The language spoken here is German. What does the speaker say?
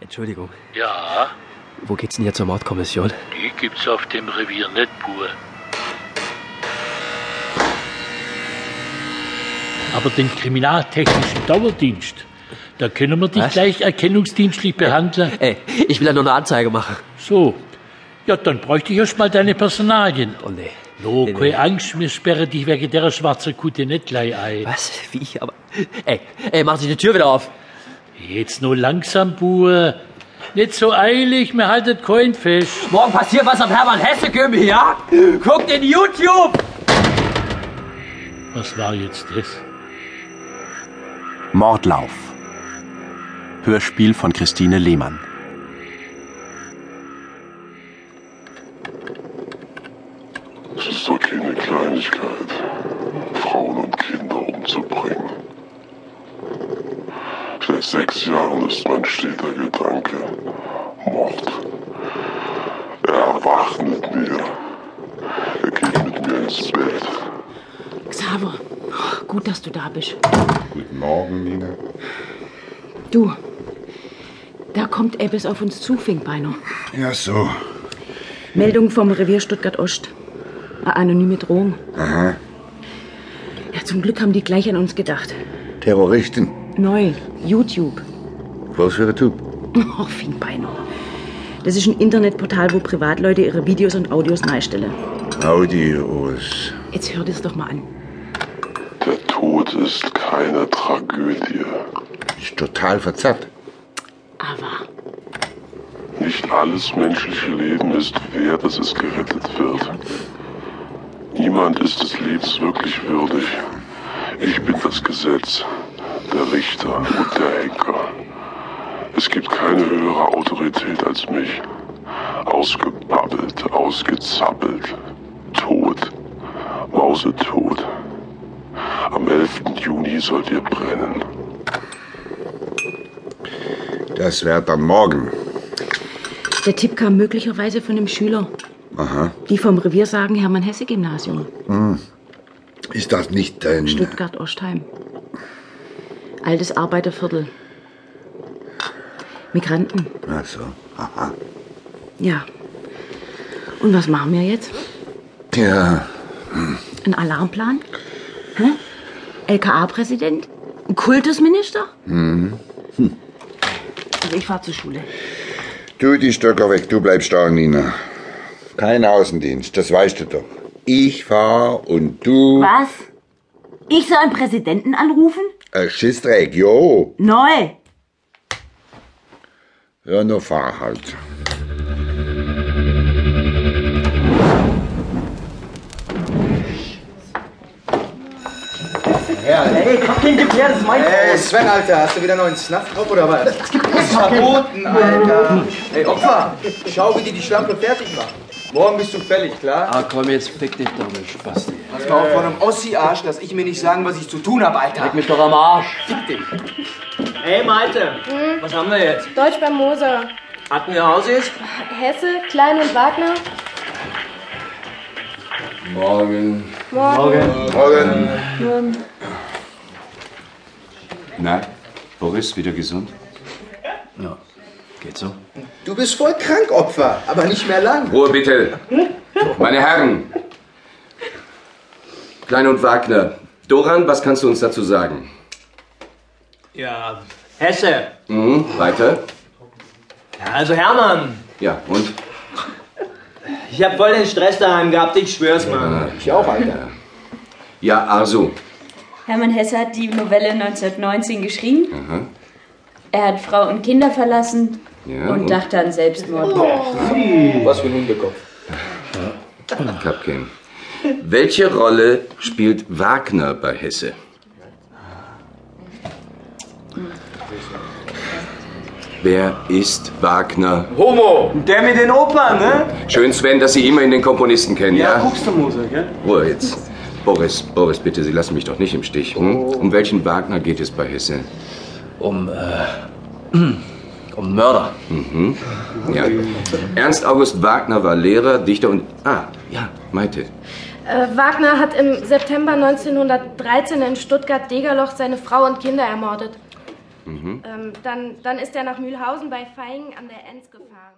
Entschuldigung, Ja, wo geht's denn hier zur Mordkommission? die gibt's auf dem Revier nicht pur. Aber den kriminaltechnischen Dauerdienst, da können wir dich Was? gleich erkennungsdienstlich behandeln. Ey, ich will ja nur eine Anzeige machen. So, ja, dann bräuchte ich erst mal deine Personalien. Oh nee. No, Nee, nee. keine Angst, wir sperren dich wegen der schwarzen Kutte nicht gleich ein. Was? Wie? Aber. Ey, ey, mach sich die Tür wieder auf. Jetzt nur langsam, Bue. Nicht so eilig, mir haltet kein fest. Morgen passiert was am Hermann Hesse-Gömmi, ja? Guckt in YouTube! Was war jetzt das? Mordlauf. Hörspiel von Christine Lehmann. Es ist doch keine Kleinigkeit, Frauen und Kinder umzubringen. Seit sechs Jahren ist mein steter Gedanke Mord. Er erwacht mit mir. Er geht mit mir ins Bett. Xaver, gut, dass du da bist. Guten Morgen, Nina. Du, da kommt etwas auf uns zu, Finkbeiner. Ja, so. Meldung vom Revier Stuttgart-Ost. Eine anonyme Drohung. Aha. Ja, zum Glück haben die gleich an uns gedacht. Terroristen. Neu, YouTube. Was für ein Typ. Oh, Finkbeiner. Das ist ein Internetportal, wo Privatleute ihre Videos und Audios neistellen. Audios. Jetzt hör das doch mal an. Der Tod ist keine Tragödie. Ist total verzerrt. Aber Nicht alles menschliche Leben ist wert, dass es gerettet wird. Niemand ist des Lebens wirklich würdig. Ich bin das Gesetz, der Richter und der Henker. Es gibt keine höhere Autorität als mich. Ausgebabbelt, ausgezappelt, tot, mausetot. Am 11. Juni sollt ihr brennen. Das wär dann morgen. der Tipp kam möglicherweise von einem Schüler. Aha. Die vom Revier sagen Hermann-Hesse-Gymnasium. Ist das nicht ein... Stuttgart-Ostheim. Altes Arbeiterviertel. Migranten, Ach so. Ah. Aha. ja. Und was machen wir jetzt? Ja, Ein Alarmplan? Hä? LKA-Präsident? Ein Kultusminister? Mhm. Also ich fahr zur Schule. Du die Stöcker weg, du bleibst da, Nina. Kein Außendienst, das weißt du doch. Ich fahr und du... Was? Ich soll einen Präsidenten anrufen? Äh, Schissdreck, jo. Neu. Ja, nur fahr halt. Ey, komm, Kind, gib her, das ist mein Ey, Faust. Sven, Alter, hast du wieder neuen Snuff drauf oder was? Das ist verboten, Alter. Ey, Opfer, schau, wie die die Schlampe fertig macht. Morgen bist du fällig, klar? Ah, komm, jetzt fick dich doch, du Spasti. Pass mal auf, von einem Ossi-Arsch lass ich mir nicht sagen, was ich zu tun habe, Alter. Mich doch am Arsch. Ey, Malte, was haben wir jetzt? Deutsch beim Moser. Hatten wir Hauses? Hesse, Klein und Wagner. Morgen. Morgen. Morgen. Na, Boris, wieder gesund? Ja, geht so. Du bist voll krank, Opfer, aber nicht mehr lang. Ruhe bitte. Meine Herren. Klein und Wagner. Doran, was kannst du uns dazu sagen? Ja, Hesse. Mhm, weiter? Ja, also Hermann, Ja, und? ich hab voll den Stress daheim gehabt, ich schwör's mal. Ich auch, Alter. Ja, also. Hermann Hesse hat die Novelle 1919 geschrieben. Aha. Er hat Frau und Kinder verlassen Ja, und dachte an Selbstmord. Was für ein Hundekopf. Kapitän. Welche Rolle spielt Wagner bei Hesse? Wer ist Wagner? Homo. Der mit den Opern, ne? Schön, Sven, dass Sie immer in den Komponisten kennen, ja? guckst du, Moser, gell? Ruhe jetzt. Boris, Boris, bitte, Sie lassen mich doch nicht im Stich. Hm? Oh. Um welchen Wagner geht es bei Hesse? Um, äh. Um Mörder. Ja. Ernst August Wagner war Lehrer, Dichter und. Ah, ja, Maite. Äh, Wagner hat im September 1913 in Stuttgart-Degerloch seine Frau und Kinder ermordet. Mhm. Ähm, dann, dann ist er nach Mühlhausen bei Feigen an der Enz gefahren.